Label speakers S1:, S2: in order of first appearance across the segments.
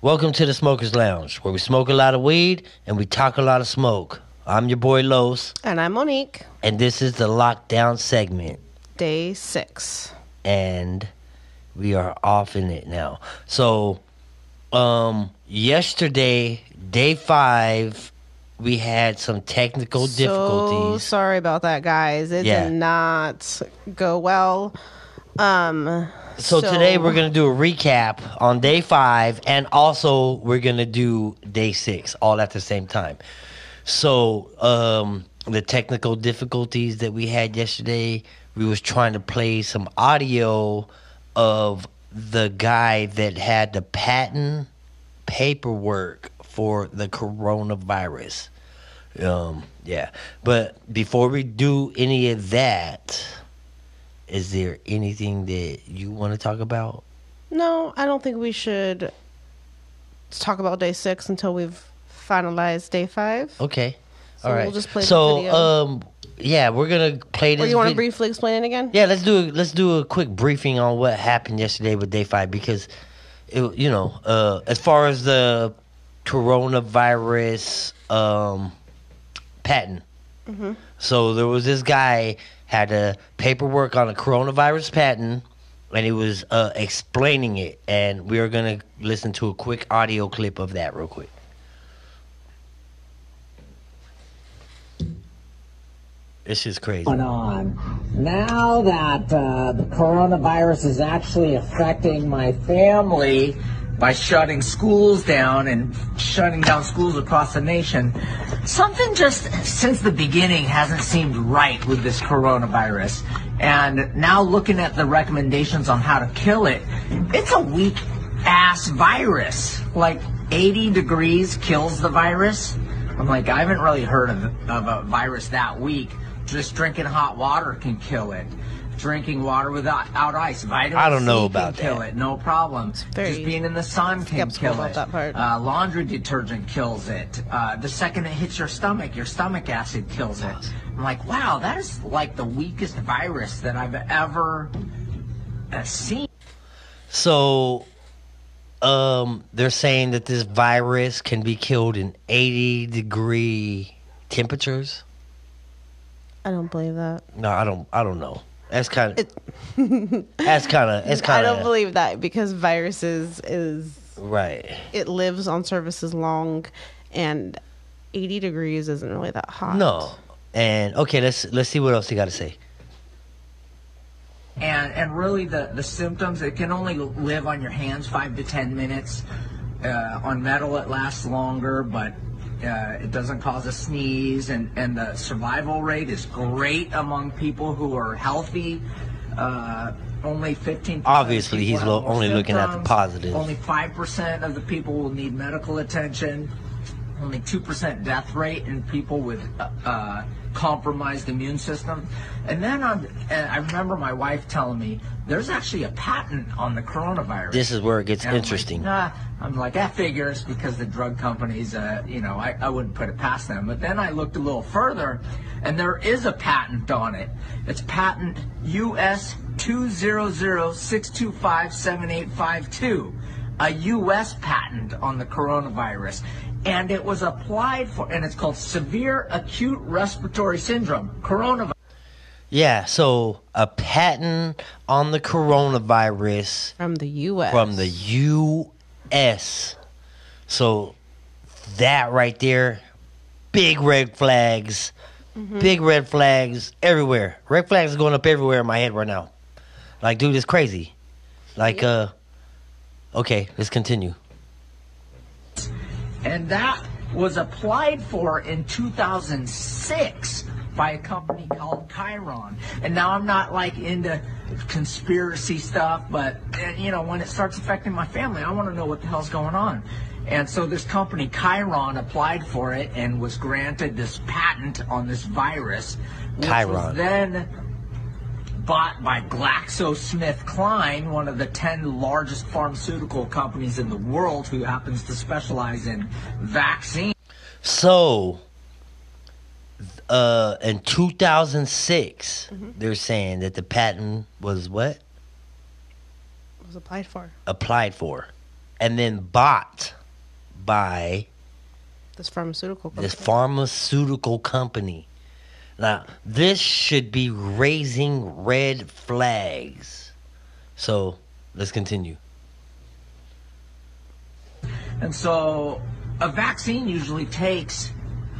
S1: Welcome to the Smokers Lounge, where we smoke a lot of weed and we talk a lot of smoke. I'm your boy Los,
S2: And I'm Monique.
S1: and this is the lockdown segment.
S2: Day six.
S1: and we are off in it now. So, um, yesterday, day five, we had some technical
S2: So
S1: difficulties.
S2: sorry about that, guys. It
S1: Yeah.
S2: did not go well. Um.
S1: So, today we're gonna do a recap on day five, and also we're gonna do day six all at the same time. So, um, the technical difficulties that we had yesterday, we was trying to play some audio of the guy that had the patent paperwork for the coronavirus. Um, yeah. But before we do any of that, is there anything that you want to talk about?
S2: No, I don't think we should talk about day six until we've finalized day five.
S1: Okay.
S2: So
S1: All
S2: we'll
S1: right.
S2: just play the
S1: so,
S2: video.
S1: um, yeah, we're gonna play this.
S2: Or you want to
S1: vid-
S2: briefly explain it again?
S1: Yeah, let's do let's do a quick briefing on what happened yesterday with Day Five because, it, you know, uh, as far as the coronavirus um, patent. So there was this guy had a paperwork on a coronavirus patent, and he was uh, explaining it, and we are gonna listen to a quick audio clip of that real quick. It's just crazy.
S3: going on. Now that uh, the coronavirus is actually affecting my family by shutting schools down and shutting down schools across the nation, something just since the beginning hasn't seemed right with this coronavirus. And now looking at the recommendations on how to kill it, it's a weak ass virus. Like 80 degrees kills the virus. I'm like, I haven't really heard of, of a virus that weak. Just drinking hot water can kill it. Drinking water without out ice, vitamin
S1: I don't know
S3: C
S1: about
S3: can kill
S1: that.
S3: it, no problem.
S2: very
S3: Just being in the sun can
S2: skeptical
S3: kill
S2: about
S3: it.
S2: that part.
S3: Uh, laundry detergent kills it. Uh, the second it hits your stomach, your stomach acid kills it. I'm like, wow, that is like the weakest virus that I've ever uh, seen.
S1: So, um, they're saying that this virus can be killed in 80 degree temperatures.
S2: I don't believe that.
S1: No, I don't. I don't know. That's kind of. that's kind of. That's
S2: I
S1: kind
S2: don't
S1: of
S2: believe that because viruses is
S1: right.
S2: it lives on surfaces long, and eighty degrees isn't really that hot.
S1: No, and okay. Let's let's see what else they got to say.
S3: and and really the the symptoms it can only live on your hands five to ten minutes uh, on metal it lasts longer but uh, it doesn't cause a sneeze and and the survival rate is great among people who are healthy uh, only 15
S1: Obviously, he's lo- only looking at the positives.
S3: only 5% of the people will need medical attention only 2% death rate in people with uh, uh, compromised immune system. And then on, and I remember my wife telling me there's actually a patent on the coronavirus.
S1: This is where it gets
S3: And I'm like,
S1: interesting.
S3: nah. I'm like, that figures because the drug companies, uh, you know, I, I wouldn't put it past them. But then I looked a little further and there is a patent on it. It's patent US 200-625-7852, a US patent on the coronavirus. And it was applied for, and it's called severe acute respiratory syndrome, coronavirus.
S1: Yeah. So a patent on the coronavirus.
S2: from the U.S.
S1: from the U.S. So that right there, big red flags, big red flags everywhere. Red flags going up everywhere in my head right now. Like, dude, it's crazy. Like, uh, okay, let's continue.
S3: And that was applied for in 2006 by a company called Chiron. And now I'm not like into conspiracy stuff, but eh, you know, when it starts affecting my family, I want to know what the hell's going on. And so this company Chiron applied for it and was granted this patent on this virus, which
S1: Chiron.
S3: was then bought by GlaxoSmithKline, one of the 10 largest pharmaceutical companies in the world who happens to specialize in vaccines.
S1: So, uh, in 2006, they're saying that the patent was what?
S2: was applied for.
S1: applied for and then bought by
S2: This pharmaceutical company.
S1: this pharmaceutical company. Now, this should be raising red flags. So, let's continue.
S3: And so a vaccine usually takes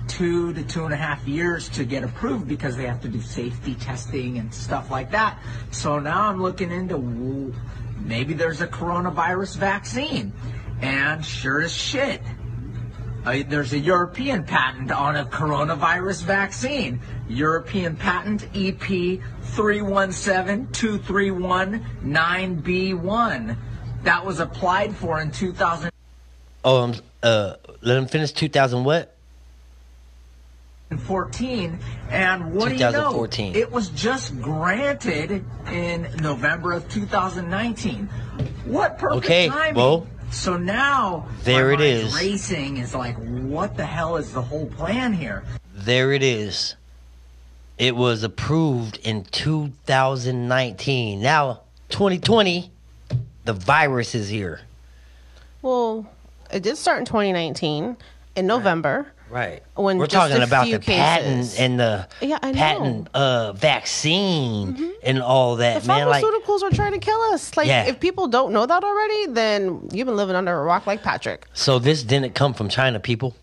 S3: two to two and a half years to get approved because they have to do safety testing and stuff like that. So now I'm looking into ooh, maybe there's a coronavirus vaccine. And sure as shit, uh, there's a European patent on a coronavirus vaccine. European patent E EP 3172319B1. That was applied for in 2000-
S1: Oh, um, uh, let him finish 2000 what?
S3: 2014, and what do you
S1: 2014.
S3: know? It was just granted in November of 2019. What perfect
S1: Okay,
S3: timing!
S1: well,
S3: so now
S1: there
S3: my
S1: it is.
S3: mind's Racing is like, what the hell is the whole plan here?
S1: There it is. It was approved in 2019. Now, 2020, the virus is here.
S2: well, it did start in 2019 in November.
S1: Right.
S2: When
S1: We're
S2: just
S1: talking
S2: a
S1: about
S2: few
S1: the patent
S2: cases.
S1: and the
S2: Yeah, I know. Mm-hmm.
S1: patent uh, vaccine and all
S2: The
S1: that, man. Like,
S2: pharmaceuticals are trying to kill us. Like,
S1: Yeah.
S2: if people don't know that already, then you've been living under a rock like Patrick.
S1: so this didn't come from China, people.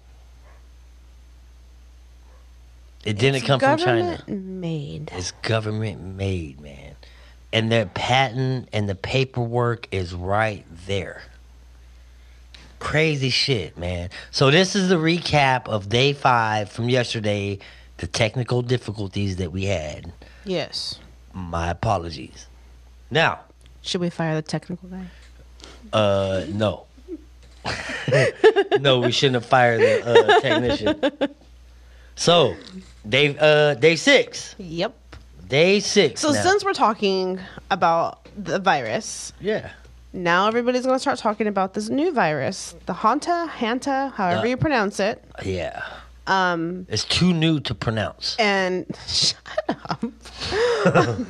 S1: It didn't come from China.
S2: Government made.
S1: It's government made, man. And their patent and the paperwork is right there. Crazy shit, man. So this is the recap of day five from yesterday, the technical difficulties that we had.
S2: Yes.
S1: My apologies. Now,
S2: Should we fire the technical guy?
S1: uh no. no, we shouldn't have fired the uh, technician. So, day uh day six.
S2: Yep.
S1: Day six.
S2: So
S1: now.
S2: since we're talking about the virus,
S1: yeah.
S2: now everybody's going to start talking about this new virus, the Hanta, Hanta, however
S1: Yeah.
S2: you pronounce it.
S1: Yeah. Um it's too new to pronounce.
S2: And shut up. um,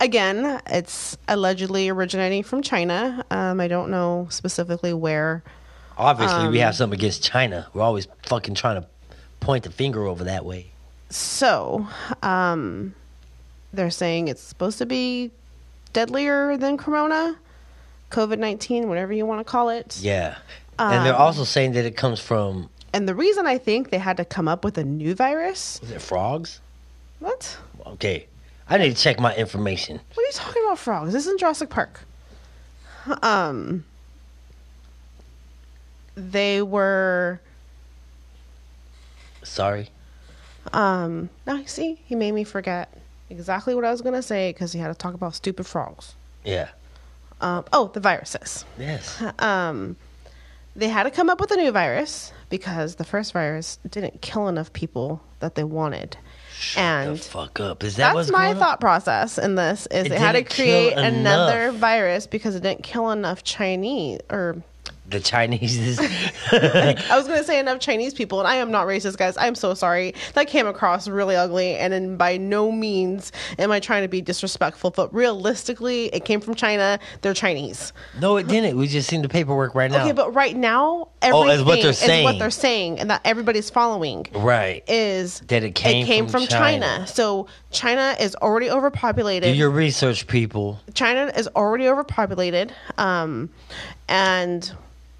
S2: again, it's allegedly originating from China. Um, I don't know specifically where.
S1: Obviously we
S2: Um,
S1: have something against China. We're always fucking trying to point the finger over that way.
S2: So, um, they're saying it's supposed to be deadlier than Corona, COVID 19, whatever you want to call it.
S1: Yeah. and
S2: Um,
S1: they're also saying that it comes from
S2: And the reason I think they had to come up with a new virus.
S1: is it frogs?
S2: What?
S1: Okay. I need to check my information.
S2: What are you talking about, frogs? This isn't Jurassic Park. Um, they were.
S1: Sorry.
S2: Um, now you see, he made me forget exactly what I was gonna say because he had to talk about stupid frogs.
S1: Yeah.
S2: Um, oh, the viruses.
S1: Yes.
S2: Um, they had to come up with a new virus because the first virus didn't kill enough people that they wanted.
S1: Shut
S2: and
S1: the fuck up. Is that
S2: That's
S1: what's
S2: my
S1: going on?
S2: thought process in this is
S1: It
S2: it, had to
S1: didn't kill
S2: create another
S1: enough.
S2: virus because it didn't kill enough Chinese or
S1: The Chinese is
S2: I was gonna say enough Chinese people and I am not racist guys. I'm so sorry. That came across really ugly and then by no means am I trying to be disrespectful, but realistically it came from China. They're Chinese.
S1: No, it didn't. We just seen the paperwork right now.
S2: Okay, but right now
S1: Oh,
S2: everything
S1: that's what they're
S2: is what
S1: saying.
S2: they're saying and that everybody's following.
S1: right.
S2: Is
S1: That it came from
S2: from, China.
S1: China.
S2: So China is already overpopulated.
S1: Do your research, people.
S2: China is already overpopulated, um, and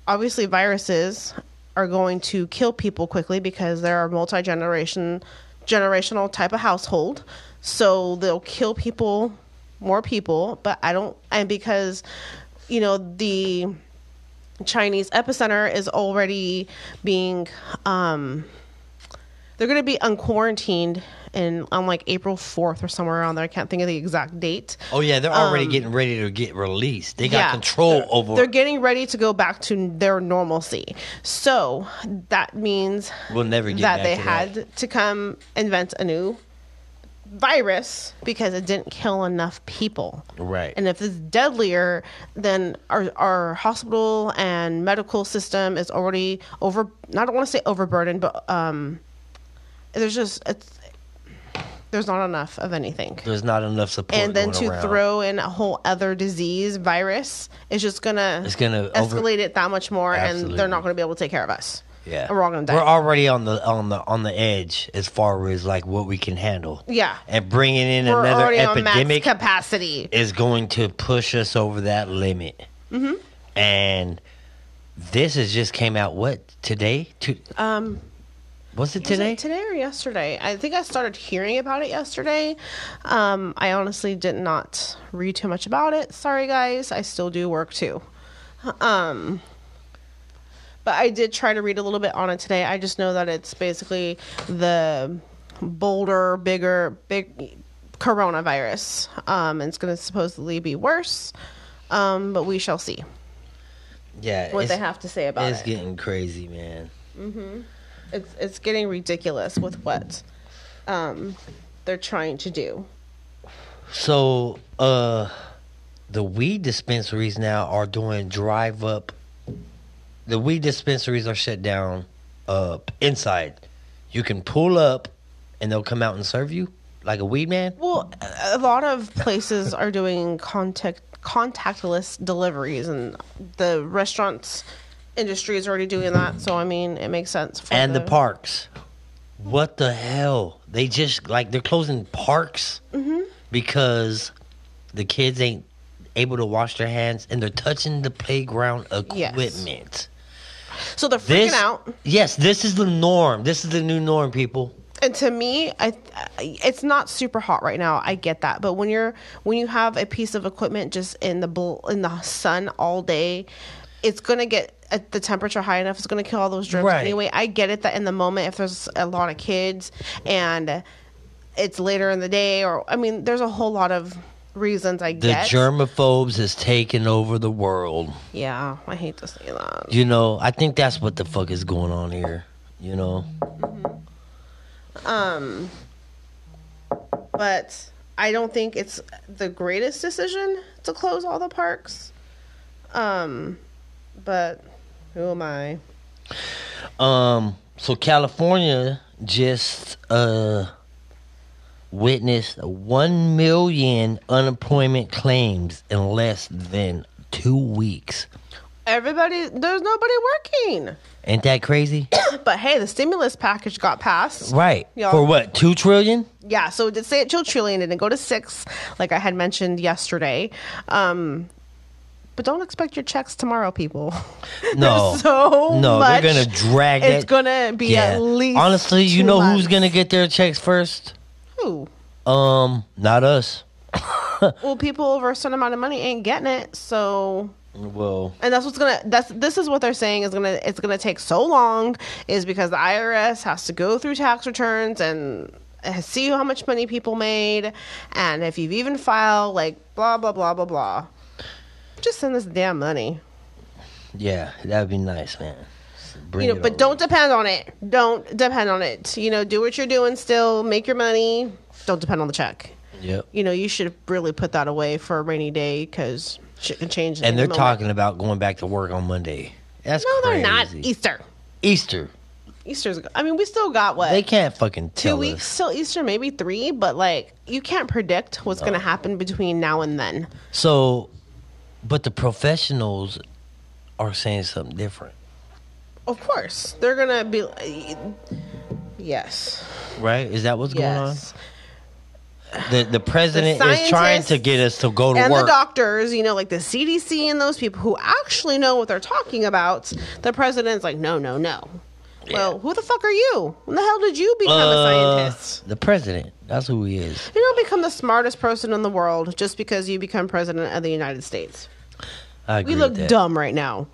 S2: obviously viruses are going to kill people quickly because they're a multi generation generational type of household. So they'll kill people, more people. But I don't, and because you know the Chinese epicenter is already being. Um, they're going to be unquarantined in on like April 4th or somewhere around there. I can't think of the exact date.
S1: Oh yeah, they're already getting ready to get released. They got
S2: Um, yeah.
S1: control over
S2: They're getting ready to go back to their normalcy. So that means
S1: We'll never get
S2: that
S1: back
S2: they
S1: to
S2: had to come invent a new virus because it didn't kill enough people.
S1: Right.
S2: And if it's deadlier, then our our hospital and medical system is already over. I don't want to say overburdened, but um, there's just it's there's not enough of anything.
S1: There's not enough support.
S2: and then
S1: going
S2: to
S1: around.
S2: throw in a whole other disease virus is just gonna
S1: It's gonna over-
S2: escalate it that much more and
S1: Absolutely.
S2: they're not gonna be able to take care of us
S1: yeah,
S2: and we're all gonna die
S1: We're already on the on the on the edge as far as like what we can handle.
S2: yeah
S1: and bringing in
S2: we're
S1: another
S2: already on max
S1: epidemic
S2: capacity
S1: is going to push us over that limit. Mm-hmm. And this has just came out what today? To,
S2: um
S1: was it
S2: was it
S1: today?
S2: today or yesterday i think i started hearing about it yesterday um i honestly did not read too much about it sorry guys i still do work too um but i did try to read a little bit on it today i just know that it's basically the bolder bigger big coronavirus um and it's going to supposedly be worse um but we shall see
S1: yeah,
S2: what
S1: it's,
S2: they have to say about
S1: it's
S2: it
S1: getting crazy, man.
S2: it's it's getting ridiculous with what um they're trying to do.
S1: So, uh, the weed dispensaries now are doing drive up. The weed dispensaries are shut down uh, inside. You can pull up and they'll come out and serve you like a weed man.
S2: Well, a a lot of places are doing contact contactless deliveries, and the restaurants industry is already doing that. So I mean, it makes sense. For
S1: and the parks. What the hell? They just like they're closing parks
S2: Mm-hmm.
S1: because the kids ain't able to wash their hands and they're touching the playground
S2: Yes.
S1: equipment.
S2: so they're freaking
S1: This
S2: out.
S1: yes, this is the norm. This is the new norm, people.
S2: And to me, I it's not super hot right now. I get that, but when you're when you have a piece of equipment just in the bl- in the sun all day, it's gonna get at the temperature high enough. It's gonna kill all those drips
S1: Right.
S2: anyway. I get it that in the moment, if there's a lot of kids and it's later in the day, or I mean, there's a whole lot of reasons I
S1: The
S2: get.
S1: germaphobes has taken over the world.
S2: yeah, I hate to say that.
S1: You know, I think that's what the fuck is going on here. You know,
S2: Um, but I don't think it's the greatest decision to close all the parks. Um, but who am I?
S1: Um, so California just uh witnessed one million unemployment claims in less than two weeks.
S2: Everybody, there's nobody working.
S1: Ain't that crazy?
S2: But hey, the stimulus package got passed.
S1: right.
S2: Yeah.
S1: For what? Two trillion?
S2: Yeah, so it did stay at two trillion and it go to six, like I had mentioned yesterday. Um, but don't expect your checks tomorrow, people.
S1: No.
S2: so
S1: no,
S2: much.
S1: they're gonna drag
S2: it's
S1: that-
S2: gonna be at least.
S1: Honestly, you
S2: two
S1: know
S2: months.
S1: who's gonna get their checks first?
S2: Who?
S1: Um, not us.
S2: well people over a certain amount of money ain't getting it so
S1: Well,
S2: and that's what's gonna that's this is what they're saying is gonna it's gonna take so long is because the irs has to go through tax returns and see how much money people made and if you've even filed like blah blah blah blah blah just send us the damn money
S1: yeah, that'd be nice, man. Bring
S2: you know
S1: it
S2: but
S1: on.
S2: don't depend on it don't depend on it you know do what you're doing still make your money don't depend on the check
S1: Yep.
S2: you know you should really put that away for a rainy day because shit can change at
S1: And
S2: any
S1: they're
S2: moment.
S1: talking about going back to work on Monday. That's
S2: No, they're not.
S1: crazy.
S2: Easter.
S1: Easter.
S2: Easter's. I mean, we still got what
S1: They can't fucking
S2: two
S1: tell
S2: weeks
S1: us.
S2: till Easter, maybe three. But like, you can't predict what's going to happen between now and then.
S1: So, but the professionals are saying something different,
S2: Of course, they're gonna be. uh, Yes.
S1: right? Is that what's
S2: Yes.
S1: going on? The the president is trying to
S2: scientists
S1: get us to go to
S2: and
S1: work.
S2: the doctors, you know, like the CDC and those people who actually know what they're talking about. The president's like, no, no, no. Well, who the fuck are you? When the hell did you become a
S1: Uh,
S2: scientist?
S1: The president. That's who he is.
S2: You don't become the smartest person in the world just because you become president of the United States.
S1: I agree
S2: We look
S1: with that.
S2: dumb right now.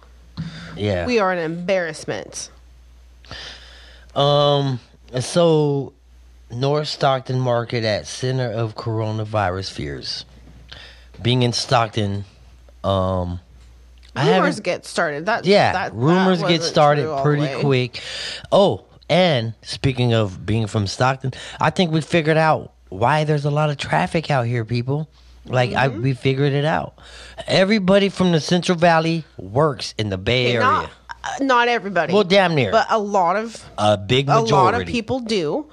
S1: Yeah.
S2: We are an embarrassment.
S1: Um. So, North Stockton Market at center of coronavirus fears. Being in Stockton, um, I
S2: Rumors
S1: haven't
S2: get started. That
S1: Yeah,
S2: that- that
S1: rumors get
S2: wasn't
S1: started
S2: true all the
S1: pretty
S2: way.
S1: quick. Oh, and speaking of being from Stockton, I think we figured out why there's a lot of traffic out here, people. Like I,
S2: Mm-hmm.
S1: we figured it out. Everybody from the Central Valley works in the Bay Area.
S2: Not, uh, not everybody.
S1: well, damn near
S2: but a lot of
S1: a big
S2: a
S1: majority.
S2: lot of people do.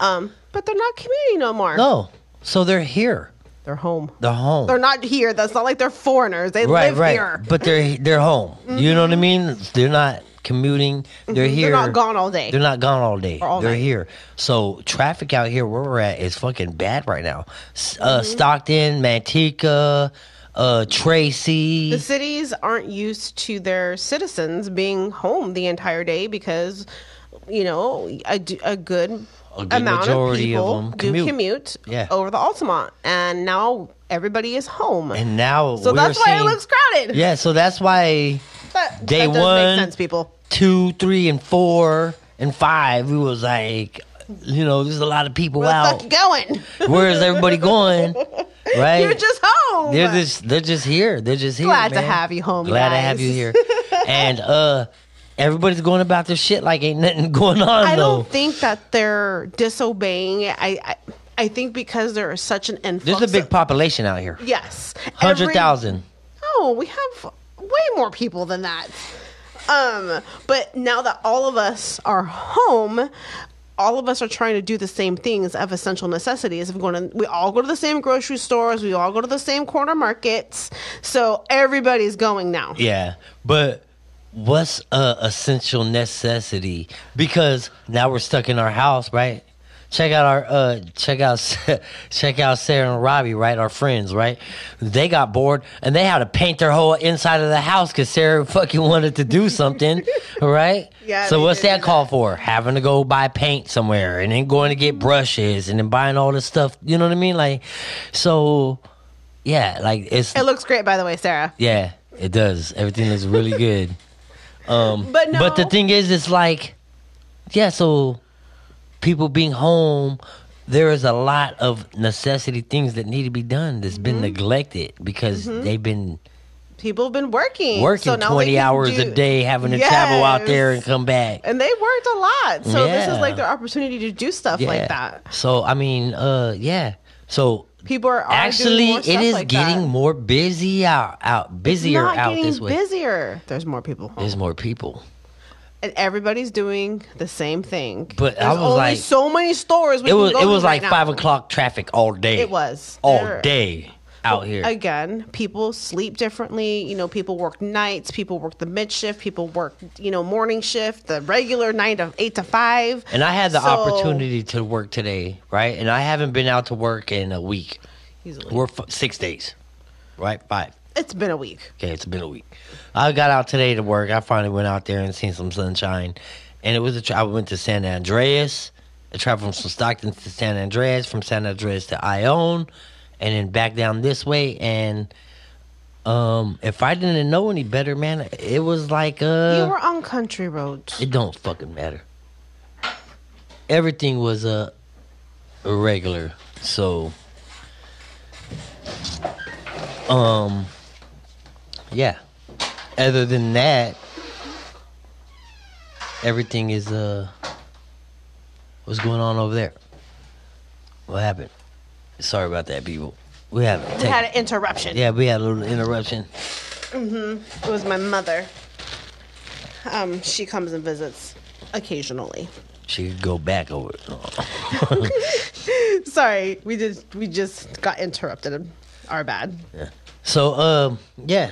S2: Um, But they're not community no more.
S1: No. So they're here.
S2: They're home.
S1: They're home.
S2: They're not here. That's not like they're foreigners. They
S1: right,
S2: live
S1: right.
S2: here. Mm-hmm.
S1: But they're they're home. You know what I mean? They're not commuting. They're here.
S2: They're not gone all day.
S1: They're not gone all day.
S2: all
S1: They're
S2: night.
S1: here. So traffic out here where we're at is fucking bad right now. S- Uh,
S2: Mm-hmm.
S1: Stockton, Manteca, uh, Tracy.
S2: the cities aren't used to their citizens being home the entire day because you know a, d- a good
S1: A good
S2: amount of
S1: majority of
S2: people
S1: them
S2: do
S1: commute.
S2: commute,
S1: Yeah.
S2: over the Altamont, and now everybody is home.
S1: and now
S2: so
S1: we're
S2: that's why it
S1: seeing-
S2: looks crowded.
S1: Yeah, so that's why
S2: But
S1: Day
S2: that does
S1: one-
S2: make sense, people.
S1: two, three, and four and five, we was like, you know, there's a lot of people
S2: Where the
S1: out.
S2: fuck you going?
S1: Where is everybody going? Right?
S2: You're just home.
S1: They're just they're just here. They're just here.
S2: Oh, Glad to
S1: man.
S2: have you home,
S1: Glad to have
S2: guys.
S1: you here. and uh everybody's going about their shit like ain't nothing going on
S2: I
S1: though.
S2: don't think that they're disobeying. I, I I think because there is such an influx.
S1: There's a big
S2: of-
S1: population out here.
S2: yes, Every-
S1: Hundred thousand.
S2: Oh, we have way more people than that. Um, but now that all of us are home, all of us are trying to do the same things of essential necessities. Of going, to, we all go to the same grocery stores. We all go to the same corner markets. So everybody's going now.
S1: Yeah. But what's a essential necessity? Because now we're stuck in our house, right? Check out our uh check out check out Sarah and Robbie, right? Our friends, right? They got bored and they had to paint their whole inside of the house cuz Sarah fucking wanted to do something, right?
S2: Yeah,
S1: So
S2: they
S1: what's
S2: did
S1: that
S2: do
S1: call for? Having to go buy paint somewhere and then going to get brushes and then buying all this stuff, you know what I mean? Like so yeah, like it's
S2: It looks great, by the way, Sarah.
S1: yeah, it does. Everything looks really good.
S2: But no,
S1: But the thing is, it's like, yeah, so people being home, there is a lot of necessity things that need to be done that's been
S2: Mm-hmm.
S1: neglected because they've been
S2: people have been working,
S1: working
S2: Mm-hmm. So now they
S1: 20
S2: can
S1: hours
S2: do-
S1: a day, having to travel out there
S2: Yes.
S1: and come back.
S2: and they worked a lot. So this
S1: Yeah.
S2: is like their opportunity to do stuff
S1: Yeah.
S2: like that.
S1: So, I mean, uh, yeah. So,
S2: People are, are doing
S1: actually,
S2: more
S1: it
S2: stuff
S1: is
S2: like
S1: getting
S2: that.
S1: more busy out, out busier
S2: not
S1: out
S2: getting
S1: this way.
S2: busier. There's more people, home.
S1: There's more people.
S2: and everybody's doing the same thing.
S1: But I
S2: There's
S1: was
S2: only
S1: like-
S2: so many stores. We
S1: It
S2: can
S1: was
S2: go
S1: it
S2: to
S1: was
S2: right
S1: like
S2: now.
S1: five o'clock traffic all day.
S2: It was
S1: all
S2: There-
S1: day out here.
S2: Again, people sleep differently. You know, people work nights. People work the mid shift. People work you know morning shift, the regular nine to eight to five.
S1: and I had the
S2: So-
S1: opportunity to work today, right? And I haven't been out to work in a week.
S2: Easily.
S1: We're f- six days, right? Five.
S2: It's been a week.
S1: Okay, it's been a week. I got out today to work. I finally went out there and seen some sunshine, and it was. A tra- I went to San Andreas. I traveled from Stockton to San Andreas, from San Andreas to Ione, and then back down this way. And um, if I didn't know any better, man, it was like uh,
S2: you were on country roads.
S1: It don't fucking matter. Everything was uh, irregular. So um um, yeah. Other than that, everything is uh what's going on over there? What happened? Sorry about that, people. We have
S2: We had an interruption.
S1: yeah, we had a little interruption.
S2: It was my mother. Um, she comes and visits occasionally.
S1: She could go back over. it.
S2: Sorry, we just we just got interrupted. Our bad.
S1: So um yeah,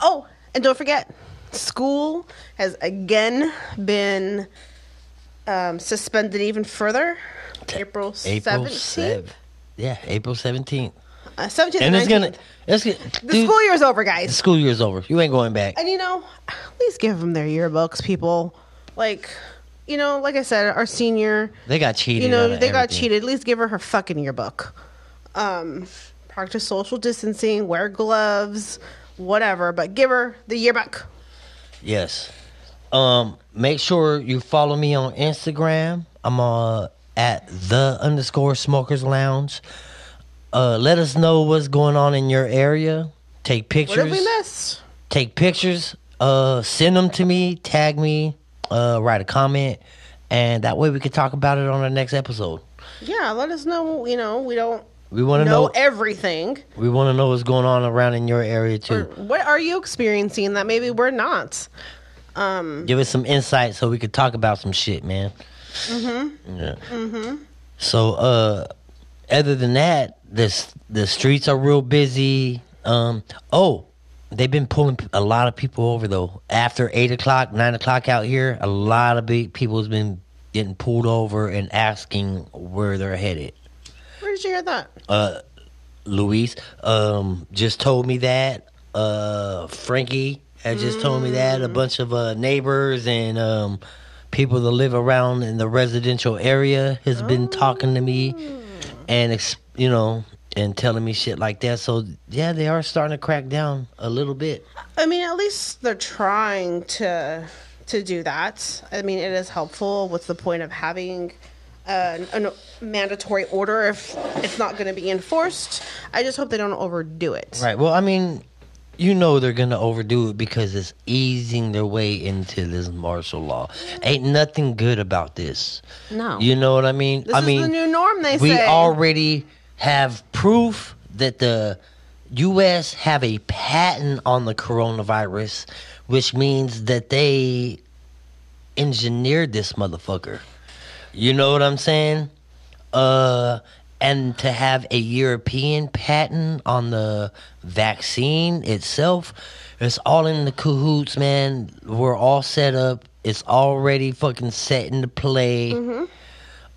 S2: Oh, and don't forget, school has again been um, suspended even further. April
S1: April
S2: seventeenth. Uh,
S1: seventh. Yeah, April seventeenth.
S2: Seventeenth
S1: And it's gonna.
S2: nineteenth.
S1: It's gonna.
S2: The
S1: dude,
S2: school year's over,
S1: the
S2: guys.
S1: school year's over. You ain't going back.
S2: And you know, at least give them their yearbooks, people. Like, you know, like I said, our senior.
S1: They got cheated.
S2: you know
S1: out
S2: they
S1: of
S2: got
S1: everything.
S2: cheated at least give her her fucking yearbook um practice social distancing wear gloves whatever but give her the yearbook
S1: Yes. Um. Make sure you follow me on Instagram. I'm uh at the underscore smokers lounge. Uh, let us know what's going on in your area. Take
S2: what
S1: pictures.
S2: did we miss
S1: take pictures, uh, send them to me, tag me, uh, write a comment, and that way we can talk about it on the next episode.
S2: yeah let us know you know we don't
S1: We want to
S2: know
S1: know.
S2: everything
S1: we want to know what's going on around in your area too.
S2: what are you experiencing that maybe we're not
S1: Give us some insight so we could talk about some shit, man. Mm-hmm. Yeah. So, uh, other than that, this the streets are real busy. Um, oh, they've been pulling a lot of people over though. After eight o'clock, nine o'clock out here, a lot of big people has been getting pulled over and asking where they're headed.
S2: Where did you hear that?
S1: Luis um, just told me that. Uh, Frankie had just told me that. A bunch of uh, neighbors and um, people that live around in the residential area has been talking to me and, ex- you know, and telling me shit like that. So, yeah, they are starting to crack down a little bit.
S2: I mean, at least they're trying to to do that. I mean, it is helpful. What's the point of having a, a mandatory order if it's not going to be enforced? I just hope they don't overdo it.
S1: Right. Well, I mean, you know they're gonna overdo it because it's easing their way into this martial law. Ain't nothing good about this.
S2: No.
S1: You know what I mean?
S2: This
S1: I
S2: is
S1: mean,
S2: the new norm, they
S1: we
S2: say.
S1: already have proof that the U.S. have a patent on the coronavirus, which means that they engineered this motherfucker. You know what I'm saying? Uh, and to have a European patent on the vaccine itself, it's all in the cahoots, man. We're all set up. It's already fucking set into play.
S2: Mm-hmm.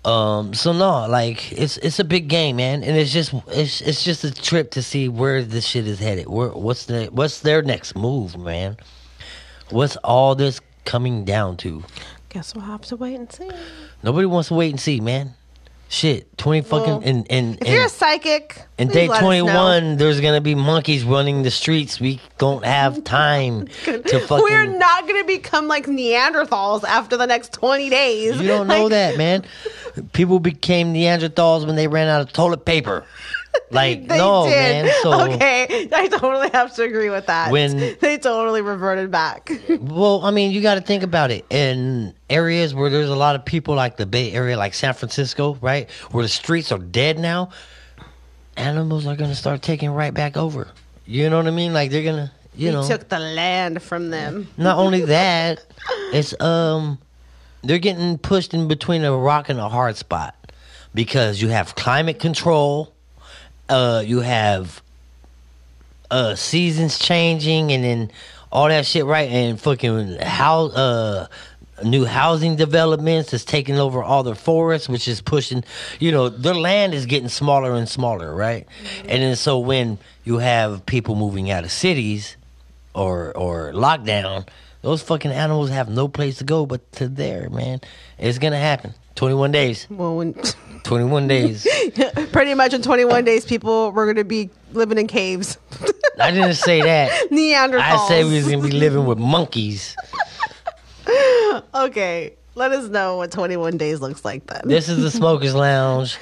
S1: Um, so no, like it's it's a big game, man, and it's just it's it's just a trip to see where this shit is headed. Where what's the what's their next move, man? What's all this coming down to?
S2: Guess we'll have to wait and see.
S1: Nobody wants to wait and see, man. Shit, twenty fucking
S2: Well,
S1: and and
S2: If
S1: and,
S2: you're a psychic,
S1: and
S2: please
S1: day
S2: let us know.
S1: twenty one, there's gonna be monkeys running the streets. We don't have time to fucking.
S2: We're not going to become like Neanderthals after the next 20 days.
S1: You don't know
S2: Like,
S1: that, man. People became Neanderthals when they ran out of toilet paper. Like
S2: They
S1: no,
S2: did.
S1: man. So
S2: okay, I totally have to agree with that.
S1: When-
S2: they totally reverted back.
S1: Well, I mean, you got to think about it. In areas where there's a lot of people, like the Bay Area, like San Francisco, right, where the streets are dead now, animals are gonna start taking right back over. You know what I mean? Like they're gonna, you
S2: we
S1: know.
S2: took the land from them.
S1: not only that, it's um, they're getting pushed in between a rock and a hard spot because you have climate control, uh, you have uh seasons changing and then all that shit right and fucking how uh new housing developments is taking over all their forests which is pushing you know their land is getting smaller and smaller right and then so when you have people moving out of cities or or lockdown those fucking animals have no place to go but to there man it's gonna happen 21 days
S2: Well, when,
S1: 21 days
S2: pretty much in 21 days, people were going to be living in caves.
S1: i didn't say that
S2: Neanderthals.
S1: i said we was gonna be living with monkeys
S2: okay, let us know what 21 days looks like then.
S1: This is the Smokers Lounge,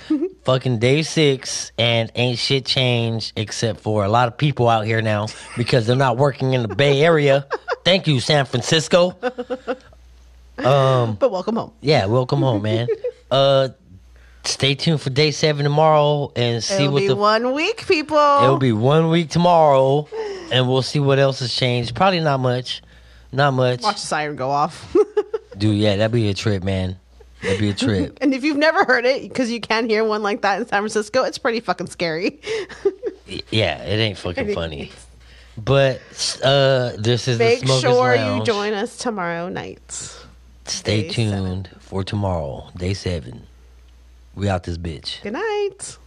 S1: fucking day six, and ain't shit changed except for a lot of people out here now because they're not working in the Bay Area. Thank you, San Francisco.
S2: but welcome home.
S1: Yeah, welcome home, man. Uh, stay tuned for day seven tomorrow and see
S2: It'll
S1: what
S2: be
S1: the.
S2: one week, people.
S1: It'll be one week tomorrow, and we'll see what else has changed. Probably not much. Not much.
S2: Watch the siren go off.
S1: Dude, yeah, that'd be a trip, man. That'd be a trip.
S2: and if you've never heard it, because you can hear one like that in San Francisco, it's pretty fucking scary.
S1: Yeah, it ain't fucking funny. But uh, this is
S2: Make
S1: the Smokers
S2: sure you
S1: Lounge.
S2: join us tomorrow night.
S1: Stay
S2: Day
S1: tuned for tomorrow, day seven. We out this bitch.
S2: Good night.